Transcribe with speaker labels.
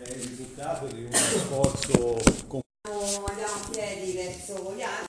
Speaker 1: risultato di uno sforzo con
Speaker 2: andiamo a piedi verso gli altri.